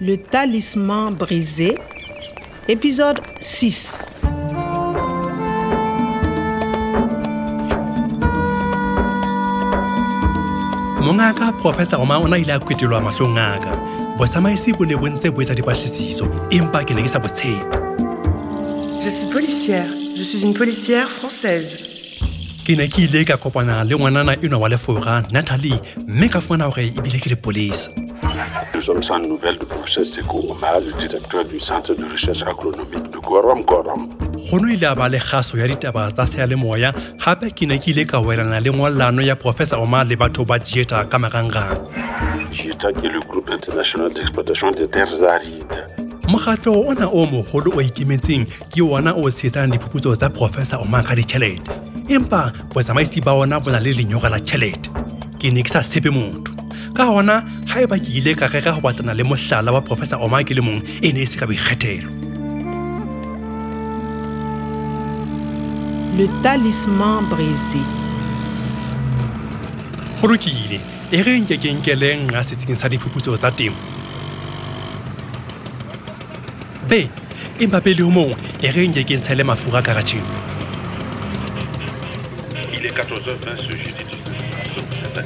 Le talisman brisé, épisode 6. mongaka professor goma o na ile a kwetelwa mahlong aka bosamaisi bo ne bo ntse bo etsa dipatlisiso empa ke ne ke sa botshepe Je suis policière. Je suis une policière française. ke ne ke ile ka kopana le ngwanana enwa wa lefora natalie mme ka fumana gore ebile ke le polisa Nous sommes sans nouvelles du professeur Sekou Omar, le directeur du Centre de recherche agronomique de Gorom Gorom. kgono ile a ba le kgaso ya ditaba tsa seyalemoya gape ke ne ke ile ka welana le ngwallano ya professor goma le batho ba dieta ka marangrang JITA qui est le groupe international d'exploitation des terres arides. mokgatlo ona o mogolo o ikemetseng ke ona o tshetsang diphuputso tsa professor omang ka ditšhelete empa botsamaisi ba ona bo na le lenyoga la tšhelete ke ne ke sa tshepe motho ka gona ga e ba ke ile ka reka go batlana le mohlala wa professor oma ke le mong e ne e se ka boikgethelo Le talisman brisé. go lokile e re nke ke nkeleng ga setsing sa diphuputso tsa temo be empa pele o mongwe e re nke ke ntshe le mafura karatšheng Il est 14h20 ce jeudi 19 mars.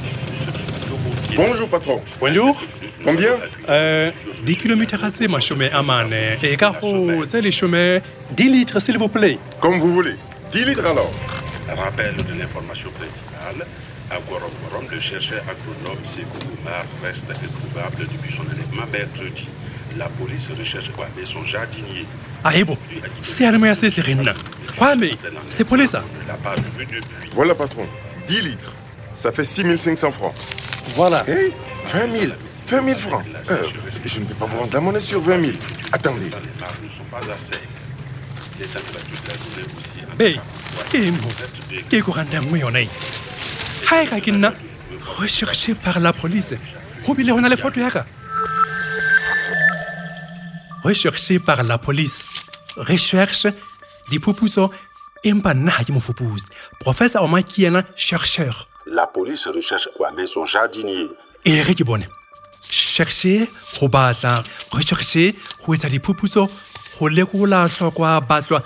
Bonjour patron. bonjour Combien Euh, des kilomètres à mashome amane. Et caro, c'est les chemins. 10 litres, s'il vous plaît. Comme vous voulez. 10 litres alors. Rappel de l'information principale. À Gorom Gorom, le chercheur agronome Sekou Omar reste introuvable depuis son enlèvement mercredi. La police recherche Kwame, son jardinier. Ah, et bon, c'est armé à ces sirènes. Quoi, mais c'est pour les ça. On ne l'a pas revu depuis. Voilà patron. 10 litres. Ça fait 6500 francs. Eh, Voilà. Hé 20 000. 20 000 francs. Euh, je ne peux pas vous rendre la monnaie sur 20 000. Attendez. Dans les mares ne sont pas à sec. Les températures de la journée aussi en Bé, et moi, qui est courant d'un mouillon, eh. Hi, Kakina. Recherché par la police. Robile, on a les photos, Yaka. Recherché par la police. Recherche. Dipupuso. Empa na ha ke mofuputsi professor oma ke yena chercheur La police recherche Kwame, son jardinier. e re ke bone cherche go batla recherche go etsa diphuputso go lekola tlhokwa batlwa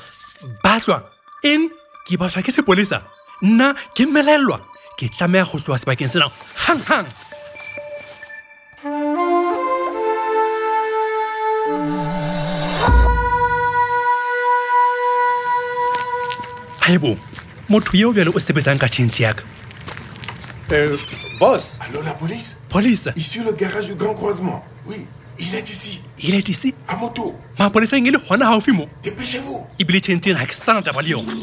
batlwa en ke batlwa ke sepolesa nna ke mmelelwa ke tlameya go tloa sebakeng sena hanghang aebo motho yeo bjale o sebetsang ka tšhentšhe yaka bos Allô la police police Ici le garage du grand croisement. Oui, il est ici. il est ici À moto. mapoleseng e le gona gaufi mo Dépêchez-vous. ebile tšhentšheng ga ke sana taba le yona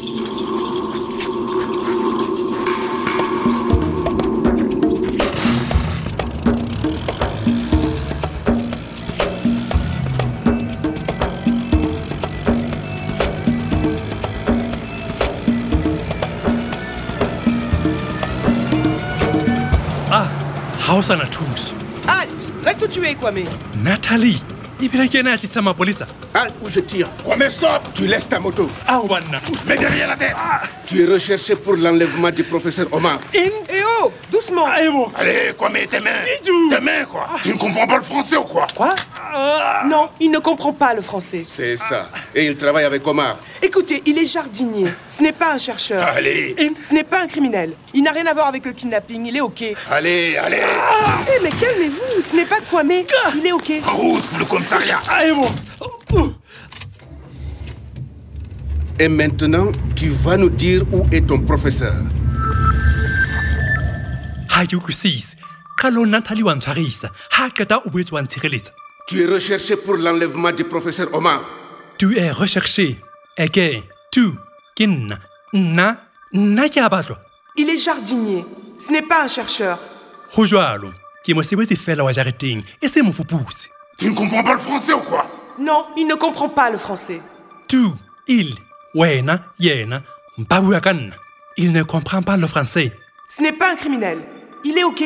Ah, ga o sana thuso Halte Reste où tu es, Kwame. natalie ebile ke ena ya tlisa mapolesa Hein, Halte ou je tire. Kwame, stop Tu laisses ta moto. ao banna Mais derrière la tête Tu es recherché pour l'enlèvement du professeur Omar. en Eh oh Doucement aebo Allez, quoi, mais tes mains. Idou. Tes mains, quoi. Tu ne comprends pas le français ou quoi Quoi Non, il ne comprend pas le français. C'est ça. Et il travaille avec Omar. Écoutez, il est jardinier. Ce n'est pas un chercheur. Allez, Ce n'est pas un criminel. Il n'a rien à voir avec le kidnapping. Il est OK. Eh, allez, allez. mais calmez-vous. Ce n'est pas Kwame. Il est OK. En route pour le commissariat. aebo Et maintenant, tu vas nous dire où est ton professeur. ga ke utlwisise ka lo natalie wa ntshwarisa ga qeta o boetse wa ntshireletsa Tu es recherché pour l'enlèvement du professeur Omar. tu es recherché again tu ke nna nna nna ke a batlwa Il est jardinier. Ce n'est pas un chercheur. go jalo ke mosebetsi fela wa jareteng e se mofuputse Tu ne comprends pas le français ou quoi Non, il ne comprend pas le français. tu il wena yena ba bua ka nna il ne comprend pas le français Ce n'est pas un criminel. Il est OK.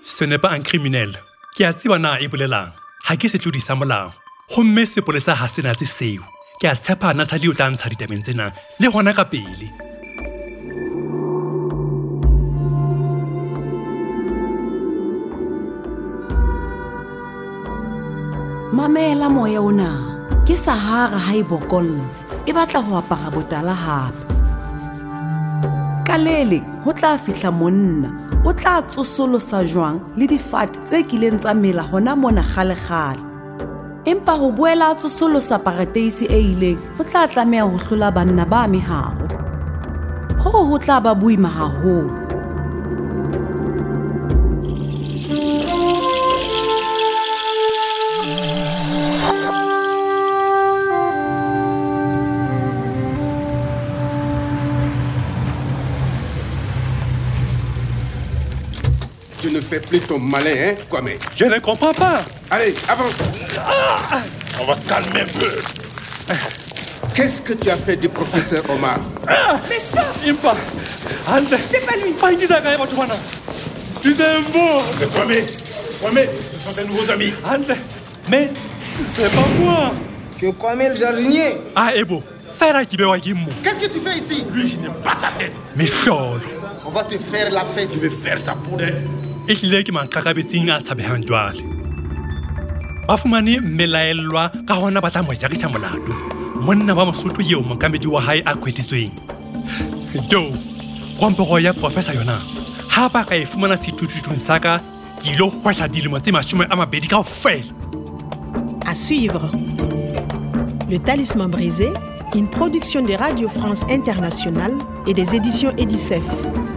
ce n'est pas un criminel ke a tseba na e bolelang ga ke se tlodisa molao gomme sepolesa ga se natse seo ke a tshepa natalie o tla ntsha ditabeng tsenang le gona ka pele mamela moya ona ke sahara ha e bokolla e batla ho apara botala hape ka le leng ho tla fihla monna o tla tsosolosa jwang le difate tse kileng tsa mela hona mona kgale-kgale empa ho boela a tsosolosa parateisi e ileng ho tla tlameha ho hlola banna ba meharo hoo ho tla ba boima haholo Tu ne fais plus ton malin, hein, Kwame Je ne comprends pas. Allez, avance On va calmer un peu. Qu'est-ce que tu as fait du professeur Omar Mais stop Impa Andre Ah, C'est pas lui Pas Ibiza Gaëva Tchouana Dizembo C'est Kwame. Kwame, ce sont tes nouveaux amis. Andre Mais c'est pas moi Tu es Kwame le jardinier Ah Ebo Fera Kibewa Kimbo Qu'est-ce que tu fais ici Lui, je n'aime pas sa tête. Mais chol On va te faire la fête. Je vais faire ça pour elle. ehlile ke mantlakabetsing a tshabehang jwale ba fumane mmelaellwa ka hona ba tla mo jakisa molato monna ba mosotho eo mokamedi wa hae a kgweditsweng jo komporo ya profesa yona ha ba ka e fumana sethuthutung sa ka ke ilo hwehla dilemo tse mashome a mabedi kaofela À suivre. Le Talisman brisé, une production de Radio France Internationale et des éditions Edicef.